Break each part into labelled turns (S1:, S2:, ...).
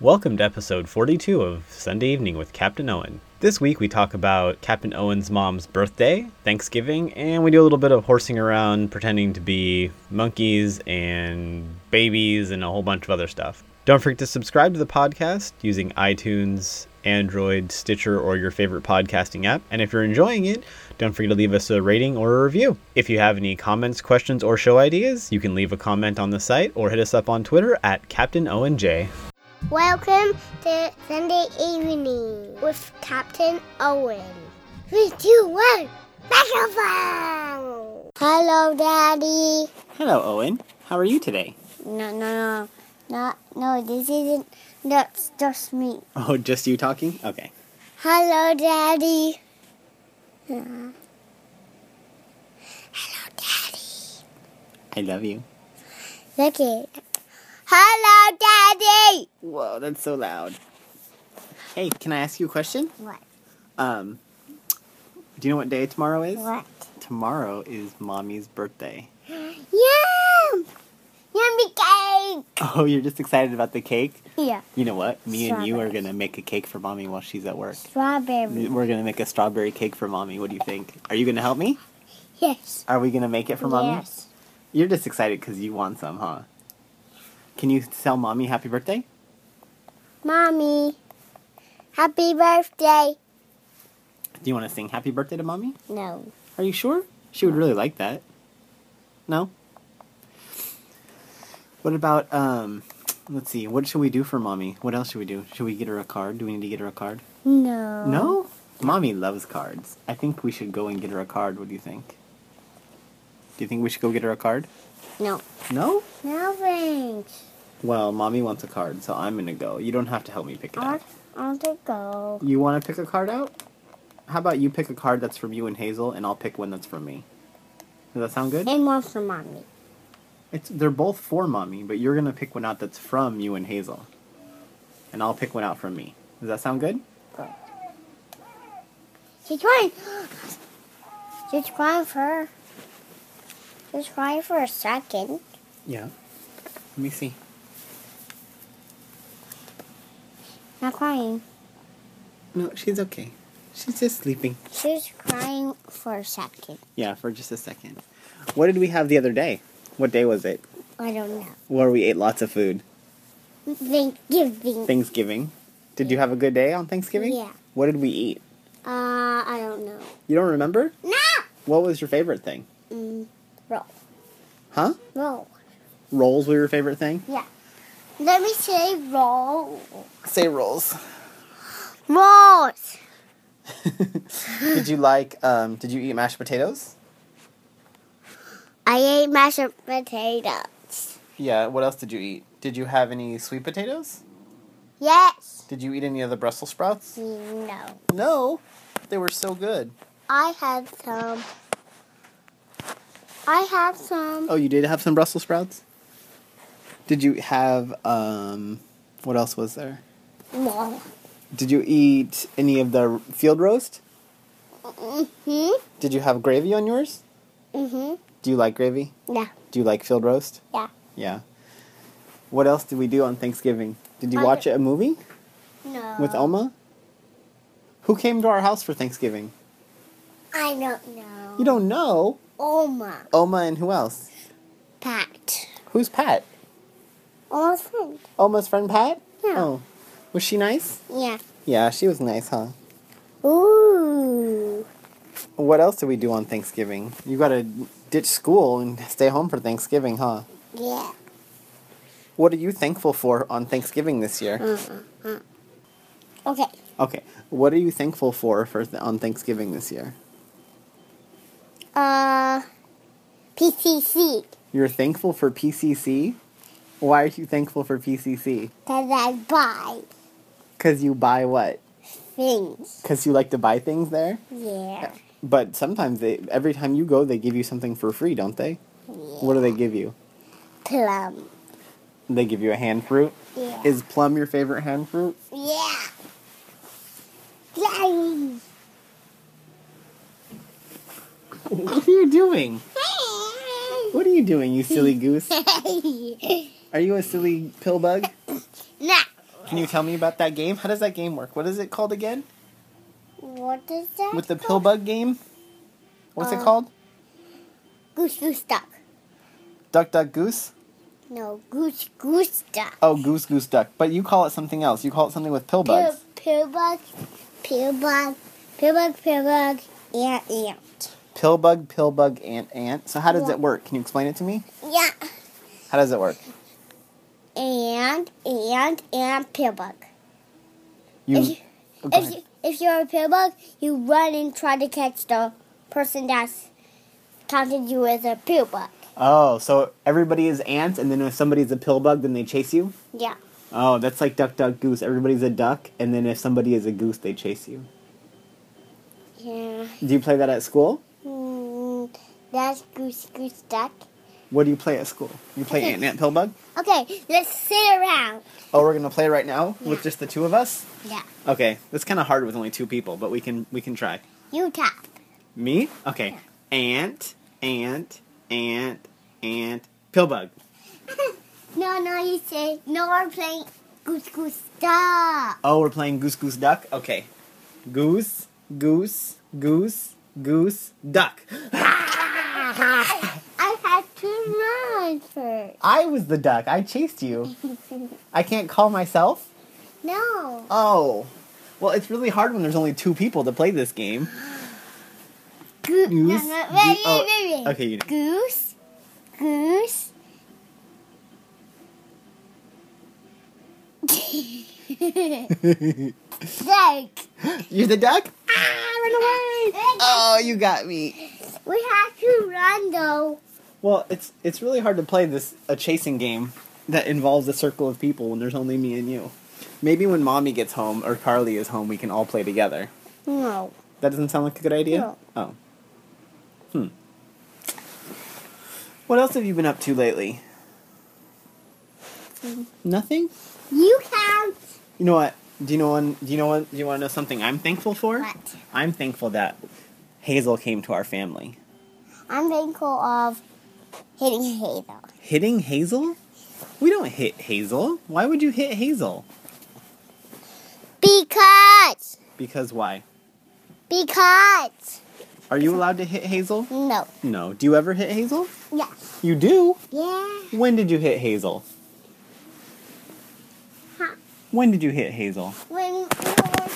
S1: Welcome to episode 42 of Sunday Evening with Captain Owen. This week we talk about Captain Owen's mom's birthday, Thanksgiving, and we do a little bit of horsing around pretending to be monkeys and babies and a whole bunch of other stuff. Don't forget to subscribe to the podcast using iTunes, Android, Stitcher, or your favorite podcasting app. And if you're enjoying it, don't forget to leave us a rating or a review. If you have any comments, questions, or show ideas, you can leave a comment on the site or hit us up on Twitter at Captain ONJ.
S2: Welcome to Sunday Evening with Captain Owen. Three, two, one, microphone! Hello, Daddy.
S1: Hello, Owen. How are you today?
S2: No, no, no, not, no. This isn't. That's just me.
S1: Oh, just you talking? Okay.
S2: Hello, Daddy. Hello, Daddy.
S1: I love you.
S2: Look it. Hello, Daddy.
S1: Whoa, that's so loud. Hey, can I ask you a question?
S2: What?
S1: Um, do you know what day tomorrow is?
S2: What?
S1: Tomorrow is Mommy's birthday.
S2: Yum! Yummy cake.
S1: Oh, you're just excited about the cake?
S2: Yeah.
S1: You know what? Me and you are going to make a cake for Mommy while she's at work.
S2: Strawberry.
S1: We're going to make a strawberry cake for Mommy. What do you think? Are you going to help me?
S2: Yes.
S1: Are we going to make it for Mommy?
S2: Yes.
S1: You're just excited because you want some, huh? Can you tell Mommy happy birthday?
S2: Mommy, happy birthday.
S1: Do you want to sing happy birthday to Mommy?
S2: No.
S1: Are you sure? She would really like that. No? What about, um, let's see, what should we do for mommy? What else should we do? Should we get her a card? Do we need to get her a card?
S2: No.
S1: No? Mommy loves cards. I think we should go and get her a card. What do you think? Do you think we should go get her a card?
S2: No.
S1: No?
S2: No thanks.
S1: Well, mommy wants a card, so I'm gonna go. You don't have to help me pick it
S2: I
S1: out.
S2: want, I want to go.
S1: You wanna pick a card out? How about you pick a card that's from you and Hazel, and I'll pick one that's from me? Does that sound good?
S2: And one for mommy.
S1: It's they're both for mommy, but you're gonna pick one out that's from you and Hazel, and I'll pick one out from me. Does that sound good?
S2: She's crying. She's crying for. She's crying for a second.
S1: Yeah. Let me see.
S2: Not crying.
S1: No, she's okay. She's just sleeping.
S2: She's crying for a second.
S1: Yeah, for just a second. What did we have the other day? What day was it?
S2: I don't know.
S1: Where we ate lots of food.
S2: Thanksgiving.
S1: Thanksgiving. Did you have a good day on Thanksgiving?
S2: Yeah.
S1: What did we eat?
S2: uh, I don't know.
S1: You don't remember?
S2: No.
S1: What was your favorite thing?
S2: Mm, roll.
S1: Huh?
S2: Roll.
S1: Rolls were your favorite thing?
S2: Yeah. Let me say roll.
S1: Say rolls.
S2: Rolls.
S1: did you like? Um, did you eat mashed potatoes?
S2: I ate mashed potatoes.
S1: Yeah, what else did you eat? Did you have any sweet potatoes?
S2: Yes.
S1: Did you eat any of the Brussels sprouts?
S2: No.
S1: No. They were so good.
S2: I had some. I had some.
S1: Oh, you did have some Brussels sprouts? Did you have um what else was there?
S2: No.
S1: Did you eat any of the field roast?
S2: Mhm.
S1: Did you have gravy on yours?
S2: Mhm.
S1: Do you like gravy?
S2: Yeah.
S1: Do you like field roast?
S2: Yeah.
S1: Yeah. What else did we do on Thanksgiving? Did you
S2: I- Uh,
S1: watch a movie
S2: No.
S1: with Elma? Who came to our house for Thanksgiving?
S2: I don't know. Oh
S1: You don't know.
S2: Oma.
S1: Oma and who else?
S2: Pat.
S1: Who's Pat?
S2: Oma's friend.
S1: Oma's friend Pat?
S2: Yeah.
S1: Oh. Was she nice?
S2: Yeah.
S1: Yeah, she was nice, huh?
S2: Ooh.
S1: What else do we do on Thanksgiving? You gotta ditch school and stay home for Thanksgiving, huh?
S2: Yeah.
S1: What are you thankful for on Thanksgiving this year?
S2: Okay.
S1: Okay. What are you thankful for for th- on Thanksgiving this year?
S2: Uh. PCC.
S1: You're thankful for PCC? Why are you thankful for PCC?
S2: Cause I buy
S1: Cuz you buy what?
S2: things.
S1: Cuz you like to buy things there?
S2: Yeah.
S1: But sometimes they every time you go they give you something for free, don't they? What do they give you?
S2: Plum.
S1: They give you a hand fruit.
S2: Yeah.
S1: Is plum your favorite hand fruit?
S2: Yeah. Daddy.
S1: What are you doing? What are you doing, you silly goose?
S2: no.
S1: Are you a silly pill bug?
S2: No.
S1: Can you tell me about that game? How does that game work? What is it called again?
S2: What is that?
S1: With the pill
S2: called?
S1: bug game? What's it
S2: Uh,
S1: called?
S2: Goose goose duck.
S1: Duck, duck, goose?
S2: No, goose goose duck.
S1: Oh, goose, goose, duck. But you call it something else. You call it something with pill
S2: Pill,
S1: bugs.
S2: pill bug, pill bug, pill bug, pill bug, ant, ant.
S1: Pill bug, pill bug, ant, ant. So how does
S2: Yeah.
S1: it work? Can you explain it to me?
S2: Yeah.
S1: How does it work?
S2: And, and, and pill bug.
S1: You.
S2: If you-
S1: oh, go
S2: If,
S1: ahead.
S2: you, if you're a pill bug, you run and try to catch the person that's counted you as a pill bug.
S1: oh, so everybody is ants, and then if somebody's a pill bug, then they chase you?
S2: Yeah.
S1: Oh, that's like duck, duck, goose. Everybody's a duck, and then if somebody is a goose, they chase you.
S2: Yeah.
S1: Do you play that at school?
S2: Mm, that's goose goose duck.
S1: What do you play at school? You play Ant Ant Pillbug?
S2: Okay, let's sit around.
S1: Oh, we're gonna play right now with just the two of us.
S2: Yeah.
S1: Okay, that's kind of hard with only two people, but we can we can try.
S2: You tap.
S1: Me? Okay. Ant, ant, ant, ant, pillbug.
S2: No, no, you say no. We're playing goose goose duck.
S1: Oh, we're playing goose, goose, duck. Okay. Goose, goose, goose, goose, duck.
S2: I had to run first.
S1: I was the duck. I chased you. I can't call myself.
S2: No.
S1: Oh. Well, it's really hard when there's only two people to play this game.
S2: Goose. No, no,
S1: Goose,
S2: wait, wait,
S1: goo- oh,
S2: wait, wait.
S1: okay, you-
S2: Goose. Goose. Duck.
S1: You're the duck?
S2: Ah, run away.
S1: Oh, you got me.
S2: We have to run though.
S1: Well, it's it's really hard to play this a chasing game that involves a circle of people when there's only me and you. Maybe when mommy gets home or Carly is home, we can all play together.
S2: No.
S1: That doesn't sound like a good idea.
S2: No.
S1: Oh. Hmm. What else have you been up to lately?
S2: Mm.
S1: Nothing.
S2: You count.
S1: You know what? Do you know one? Do you know one? Do you want to know something I'm thankful for?
S2: What?
S1: I'm thankful that Hazel came to our family.
S2: I'm thankful of hitting Hazel.
S1: Hitting Hazel? We don't hit Hazel. Why would you hit Hazel?
S2: Because.
S1: Because why?
S2: Because.
S1: Are you allowed to hit Hazel?
S2: No.
S1: No. Do you ever hit Hazel?
S2: Yeah.
S1: You do?
S2: Yeah.
S1: When did you hit Hazel?
S2: Huh.
S1: When did you hit Hazel?
S2: When we were working.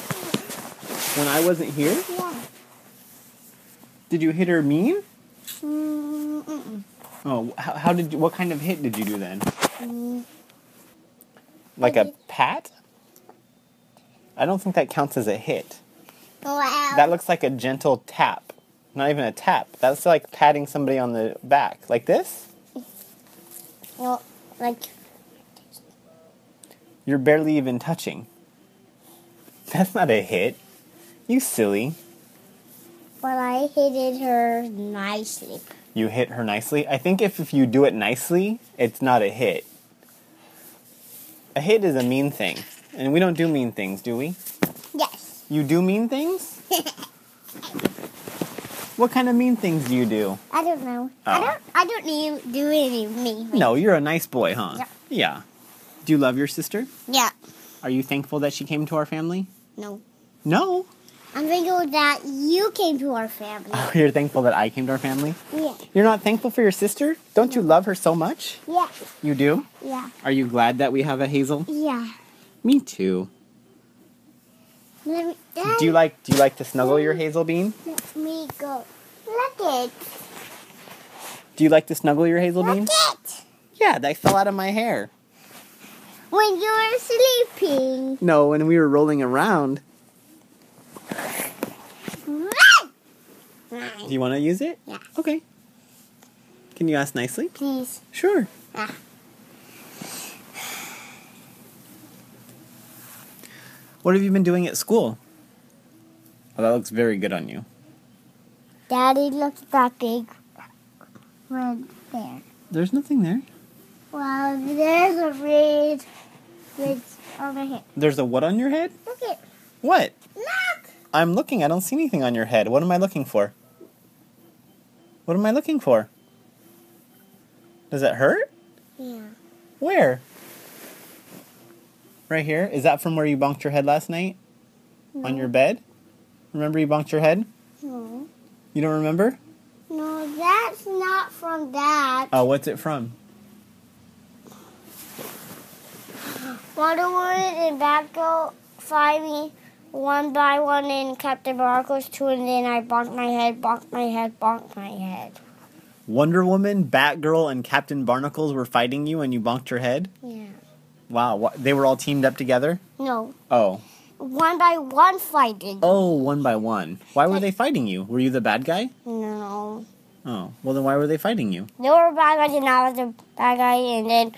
S1: When I wasn't here?
S2: Yeah.
S1: Did you hit her mean?
S2: Mm, mm,
S1: Oh, how, how did you, what kind of hit did you do then?
S2: mm.
S1: Like a
S2: did-
S1: pat? I don't think that counts as a hit.
S2: Wow.
S1: That looks like a gentle tap. Not even a tap. That's like patting somebody on the back. Like this?
S2: no, like
S1: You're barely even touching. That's not a hit. You silly.
S2: but I hated her nicely.
S1: You hit her nicely. I think if, if you do it nicely, it's not a hit. A hit is a mean thing. And we don't do mean things, do we?
S2: Yes.
S1: You do mean things? what kind of mean things do you do?
S2: I don't know. I
S1: Oh.
S2: don't. I don't need do any me.
S1: No, you're a nice boy, huh?
S2: Yeah.
S1: yeah. Do you love your sister?
S2: Yeah.
S1: Are you thankful that she came to our family?
S2: No.
S1: No.
S2: I'm thankful that you came to our family.
S1: You're thankful that I came to our family?
S2: yeah.
S1: You're not thankful for your sister? Don't you love her so much?
S2: Yeah.
S1: You do?
S2: Yeah.
S1: Are you glad that we have a Hazel?
S2: Yeah.
S1: Me too.
S2: Let me,
S1: Do you like do you like to snuggle your Hazel bean?
S2: Let me go. Look it.
S1: Do you like to snuggle your Hazel
S2: Look
S1: bean?
S2: it.
S1: Yeah, that fell out of my hair.
S2: When you were sleeping.
S1: No, when we were rolling around. Do you want to use it?
S2: Yeah.
S1: Okay. Can you ask nicely?
S2: Please.
S1: Sure.
S2: Ah.
S1: What have you been doing at school? Oh, that looks very good on you.
S2: Daddy, look at that big red there.
S1: There's nothing there.
S2: Well, there's a red, red over here.
S1: There's a what on your head?
S2: Look it.
S1: What?
S2: Look.
S1: I'm looking. I don't see anything on your head. What am I looking for? What am I looking for? Does it hurt?
S2: Yeah.
S1: Where? right here. Is that from where you bonked your head last night? On your bed? Remember you bonked your head?
S2: No.
S1: You don't remember?
S2: No, that's not from that.
S1: Oh, what's it from?
S2: Wonderwoman and Batgirl fighting one by one and Captain Marvel's two and then I bonked my head, bonked my head, bonked my head.
S1: Wonder Woman, Batgirl, and Captain Barnacles were fighting you and you bonked your head?
S2: Yeah.
S1: Wow, wha- they were all teamed up together?
S2: No.
S1: Oh.
S2: One by one fighting.
S1: Oh, one by one. Why were they fighting you? Were you the bad guy?
S2: No.
S1: Oh, well then why were they fighting you?
S2: They were bad guys and I was the bad guy and then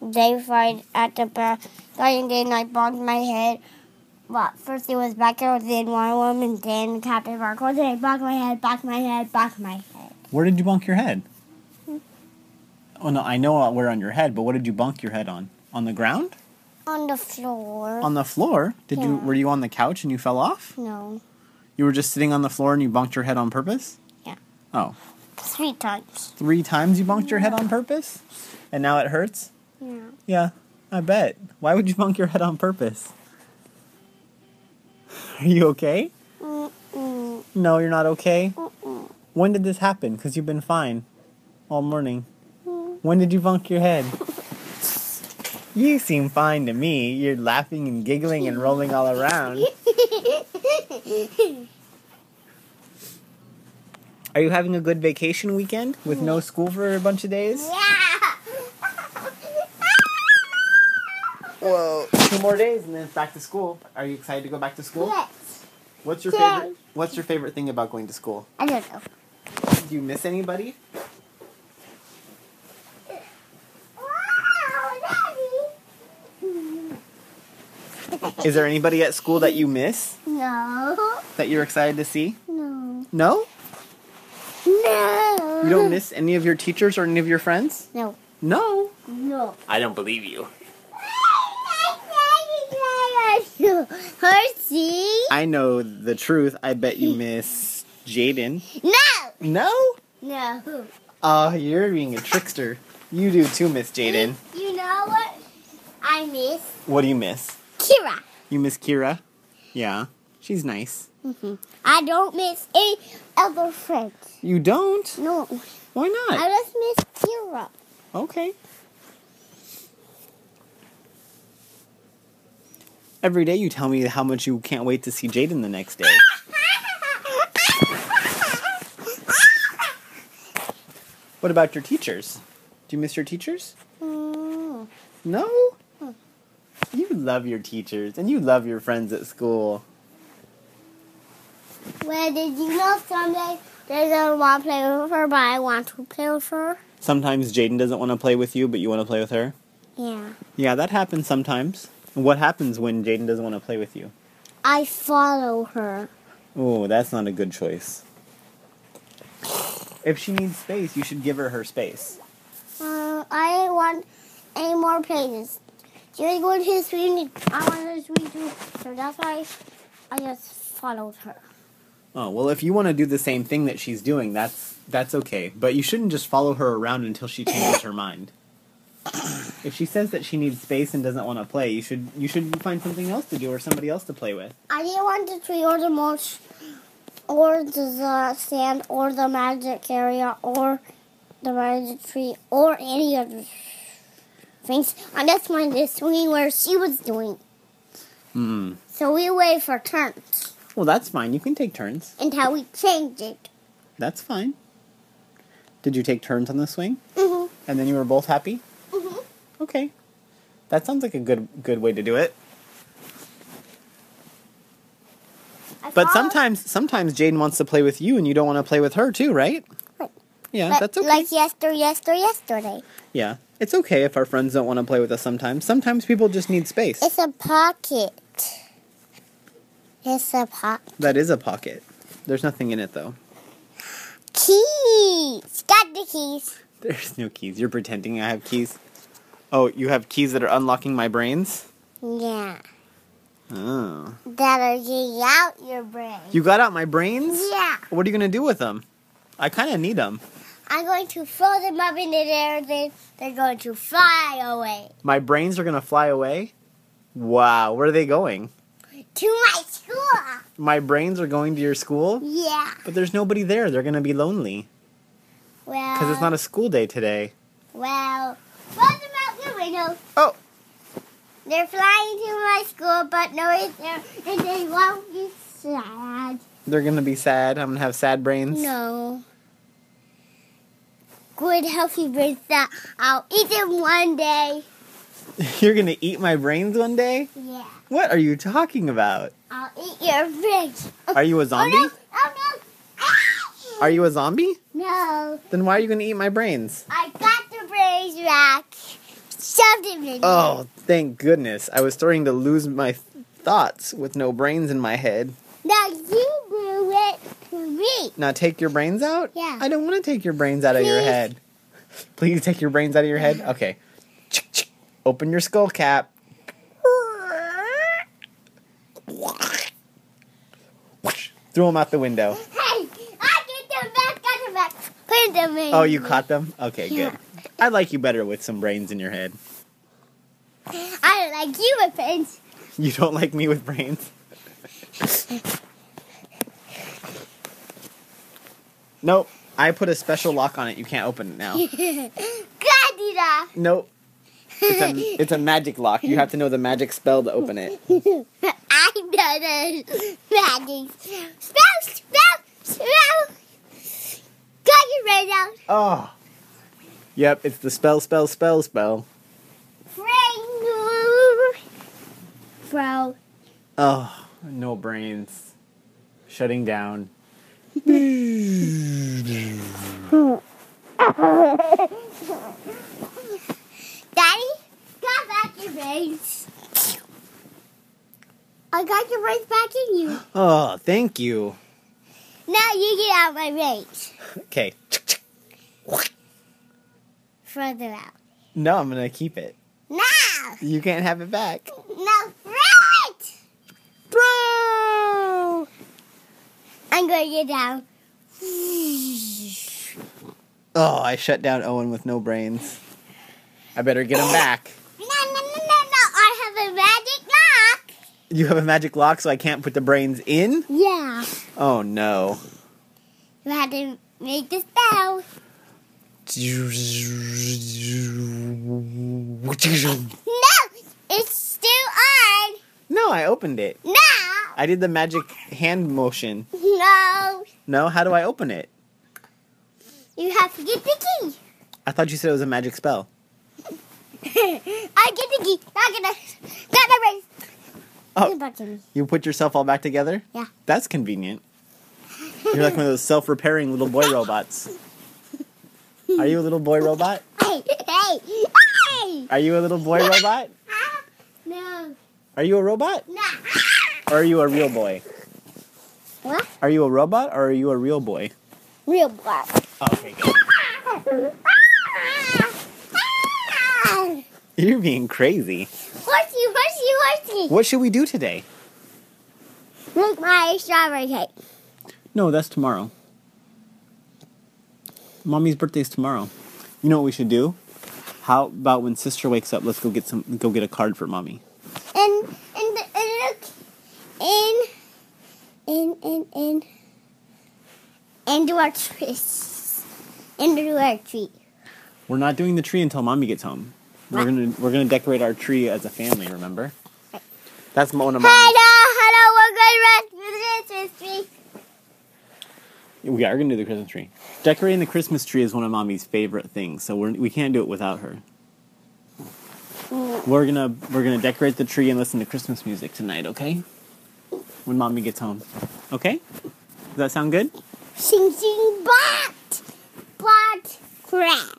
S2: they fight at the bad guy and then I bonked my head. Well, first it was Batgirl, then Wonder Woman, then Captain Marvel, then I bonked my head, bonked my head, bonked my head.
S1: Where did you bonk your head? Oh no, I know where on your head, but what did you bonk your head on? On the ground?
S2: On the floor.
S1: On the floor? Did you
S2: Yeah.
S1: were you on the couch and you fell off?
S2: no.
S1: You were just sitting on the floor and you bonked your head on purpose?
S2: Yeah.
S1: Oh,
S2: Three times.
S1: three times you bonked your head on purpose? And now it hurts?
S2: Yeah.
S1: Yeah, I bet. Why would you bonk your head on purpose? Are you okay?
S2: Mm-mm.
S1: No, you're not okay.
S2: Mm-mm.
S1: When did this happen? Because you've been fine all morning.
S2: Mm.
S1: When did you bonk your head? you seem fine to me. You're laughing and giggling and rolling all around. Are you having a good vacation weekend with no school for a bunch of days?
S2: Yeah.
S1: Well, two more days and then it's back to school. Are you excited to go back to school?
S2: Yes.
S1: What's your
S2: Yeah.
S1: favorite? What's your favorite thing about going to school?
S2: I don't know.
S1: Do you miss anybody? Is there anybody at school that you miss
S2: No.
S1: that you're excited to see?
S2: No.
S1: No?
S2: No.
S1: You don't miss any of your teachers or any of your friends?
S2: No.
S1: No.
S2: No.
S1: I don't believe you.
S2: Hershey?
S1: I know the truth. I bet you miss Jaden.
S2: No.
S1: No?
S2: No.
S1: Oh, you're being a trickster. You do too, Miss Jaden.
S2: You know what? I miss
S1: What do you miss?
S2: Kira.
S1: You miss Kira? Yeah. She's nice.
S2: I don't miss any other friends.
S1: You don't?
S2: No,
S1: Why
S2: I
S1: not?
S2: just miss Kira.
S1: Okay. Every day you tell me how much you can't wait to see Jaden the next day. What about your teachers? Do you miss your teachers?
S2: Mm,
S1: No. You love your teachers and you love your friends at school.
S2: Well, did you know someday there's a want to play with her, but I want to play with her?
S1: Sometimes Jaden doesn't want to play with you, but you want to play with her.
S2: Yeah.
S1: Yeah, that happens sometimes. What happens when Jaden doesn't want to play with you?
S2: I follow her.
S1: Oh, that's not a good choice. If she needs space, you should give her her space.
S2: Uh, I want any more places. She's going to swim. I want her to swim too, so that's why I just followed her.
S1: Oh, well, if you want to do the same thing that she's doing, that's that's okay. But you shouldn't just follow her around until she changes her mind. If she says that she needs space and doesn't want to play, you should you should find something else to do or somebody else to play with.
S2: I didn't want the tree or the mulch or the sand or the magic area or the magic tree or any of the things. I just wanted to swing where she was doing.
S1: Hmm.
S2: So we wait for turns
S1: Well, that's fine. You can take turns.
S2: until we change it.
S1: That's fine. Did you take turns on the swing?
S2: hmm
S1: And then you were both happy?
S2: hmm
S1: Okay. That sounds like a good good way to do it. But
S2: Uh,
S1: sometimes sometimes Jaden wants to play with you and you don't want to play with her too, right?
S2: Right.
S1: Yeah,
S2: But
S1: that's okay.
S2: Like yesterday, yesterday, yesterday.
S1: yeah. It's okay if our friends don't want to play with us sometimes. Sometimes people just need space.
S2: It's a pocket. It's a pocket.
S1: That is a pocket. There's nothing in it though.
S2: Keys. Got the keys.
S1: There's no keys. You're pretending I have keys. Oh, you have keys that are unlocking my brains?
S2: Yeah.
S1: Oh.
S2: That'll get out your brain.
S1: You got out my brains?
S2: yeah.
S1: What are you going to do with them? I kind of need them.
S2: I'm going to throw them up in the air, then they're going to fly away.
S1: My brains are going to fly away? Wow, where are they going?
S2: To my school.
S1: My brains are going to your school,
S2: Yeah.
S1: but there's nobody there. They're gonna be lonely
S2: Well.
S1: because it's not a school day today.
S2: Well. What's about the window?
S1: Oh,
S2: They're flying to my school, but nobody's there, and they won't be sad.
S1: they're gonna be sad. I'm gonna have sad brains.
S2: No. Good healthy brains that I'll eat them one day.
S1: You're gonna eat my brains one day?
S2: Yeah.
S1: What are you talking about?
S2: I'll eat your brains.
S1: Are you a zombie?
S2: Oh no! Oh no! Ah!
S1: Are you a zombie?
S2: No,
S1: Then why are you gonna eat my brains?
S2: I got the brains back. Shoved them in.
S1: Oh, thank goodness. I was starting to lose my thoughts with no brains in my head.
S2: Now you do it to me.
S1: Now take your brains out?
S2: Yeah.
S1: I don't want to take your brains out of your
S2: Please.
S1: head. Please take your brains out of your head? Okay. Chick, chick. Open your skull cap. Whoosh. Throw them out the window.
S2: Hey, I get them back. Got them back. Put them in.
S1: Oh, you caught them? Okay,
S2: Yeah.
S1: good. I like you better with some brains in your head.
S2: I don't like you with brains.
S1: You don't like me with brains? nope. I put a special lock on it. You can't open it now.
S2: Glad you know.
S1: Nope. It's a, it's a magic lock. You have to know the magic spell to open it.
S2: I know the magic. Spell, spell, spell. Got your brains out.
S1: Oh. Yep, it's the spell, spell, spell, spell.
S2: Brain. Bro.
S1: Oh, no brains. Shutting down.
S2: Daddy, got back your brains. I got your brains back in you.
S1: Oh, thank you.
S2: Now you get out my brains.
S1: Okay.
S2: Further out.
S1: No, I'm gonna keep it.
S2: Now!
S1: You can't have it back.
S2: Now throw it!
S1: Throw!
S2: I'm going to get down.
S1: Oh, I shut down Owen with no brains. I better get him back.
S2: No, no, no, no, no. I have a magic lock.
S1: You have a magic lock, so I can't put the brains in?
S2: Yeah.
S1: Oh no.
S2: You had to make the spell.
S1: No,
S2: No! It's still on.
S1: I opened it.
S2: Now!
S1: I did the magic hand motion.
S2: No!
S1: No, how do I open it?
S2: You have to get the key.
S1: I thought you said it was a magic spell.
S2: I get the key. Not gonna. Got my brains.
S1: Oh.
S2: Give it back to me.
S1: You put yourself all back together?
S2: Yeah.
S1: That's convenient. You're like one of those self repairing little boy robots. Are you a little boy robot?
S2: Hey, hey, hey!
S1: Are you a little boy
S2: Ah,
S1: robot?
S2: No,
S1: Are you a robot?
S2: no.
S1: Or are you a real boy?
S2: What?
S1: Are you a robot or are you a real boy?
S2: Real black.
S1: Okay, good. You're being crazy.
S2: Horsey, horsey, horsey.
S1: What should we do today?
S2: Make my strawberry cake.
S1: No, that's tomorrow. Mommy's birthday's tomorrow. You know what we should do? How about when sister wakes up, let's go get some go get a card for mommy.
S2: And, and, and look. And, and, and, and. And do our treats. And do our treat.
S1: We're not doing the tree until mommy gets home. We're gonna we're gonna decorate our tree as a family, remember? That's one of mommy's.
S2: Hello, hello, we're going to rest with this mystery.
S1: We are gonna do the Christmas tree. Decorating the Christmas tree is one of mommy's favorite things, so we're, we can't do it without her. We're gonna we're gonna decorate the tree and listen to Christmas music tonight, okay? When mommy gets home, okay? Does that sound good?
S2: Sing, sing, bot. Bot, crack.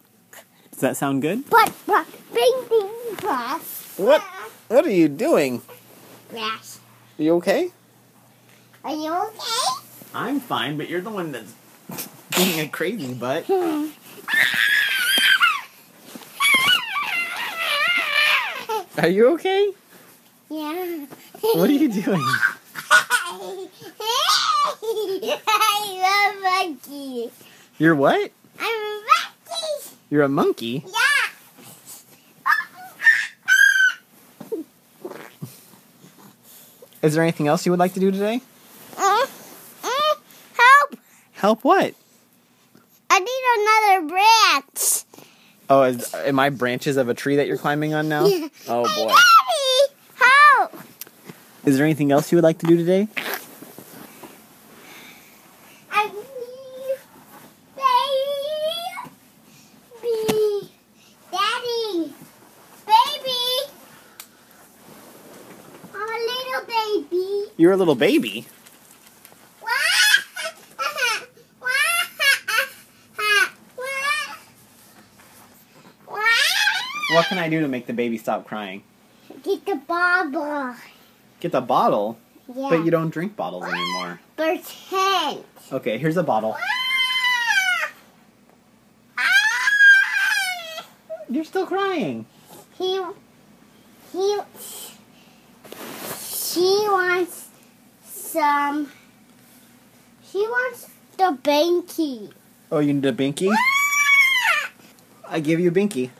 S1: Does that sound good?
S2: Bot, bot, bing, bing, bot.
S1: What What are you doing?
S2: Crash.
S1: Are you okay?
S2: Are you okay?
S1: I'm fine, but you're the one that's being a crazy butt. Are you okay?
S2: Yeah.
S1: What are you doing?
S2: I love monkey.
S1: You're what?
S2: I'm a monkey.
S1: You're a monkey.
S2: Yeah.
S1: Is there anything else you would like to do today?
S2: Mm, mm, help!
S1: Help what?
S2: I need another branch.
S1: Oh, is, am I branches of a tree that you're climbing on now?
S2: Yeah.
S1: Oh
S2: Hey,
S1: boy.
S2: Daddy, help!
S1: Is there anything else you would like to do today?
S2: I need baby, daddy, baby. I'm a little baby.
S1: You're a little baby. What can I do to make the baby stop crying?
S2: Get the baba.
S1: Get the bottle,
S2: Yeah.
S1: but you don't drink bottles anymore.
S2: Pretend.
S1: Okay, here's a bottle. You're still crying.
S2: He, he, she wants some. She wants the banky.
S1: Oh, you need a binky? I give you a binky.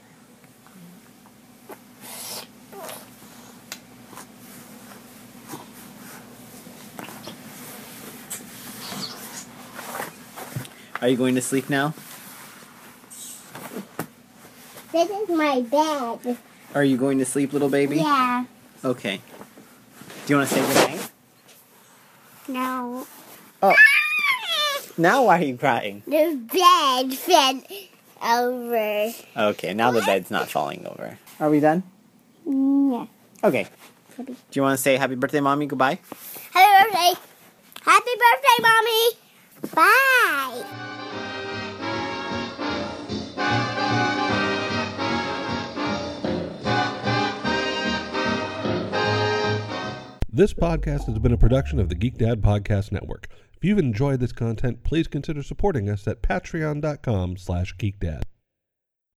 S1: Are you going to sleep now?
S2: This is my bed.
S1: Are you going to sleep, little baby?
S2: Yeah.
S1: Okay. Do you want to say goodnight?
S2: No.
S1: Oh. Now why are you crying?
S2: The bed fell over.
S1: Okay, now the bed's not falling over. Are we done?
S2: Yeah.
S1: Okay. Do you want to say happy birthday, mommy? Goodbye.
S2: Happy birthday. Happy birthday, mommy. Bye.
S3: This podcast has been a production of the Geek Dad Podcast Network. If you've enjoyed this content, please consider supporting us at patreon.com slash geekdad.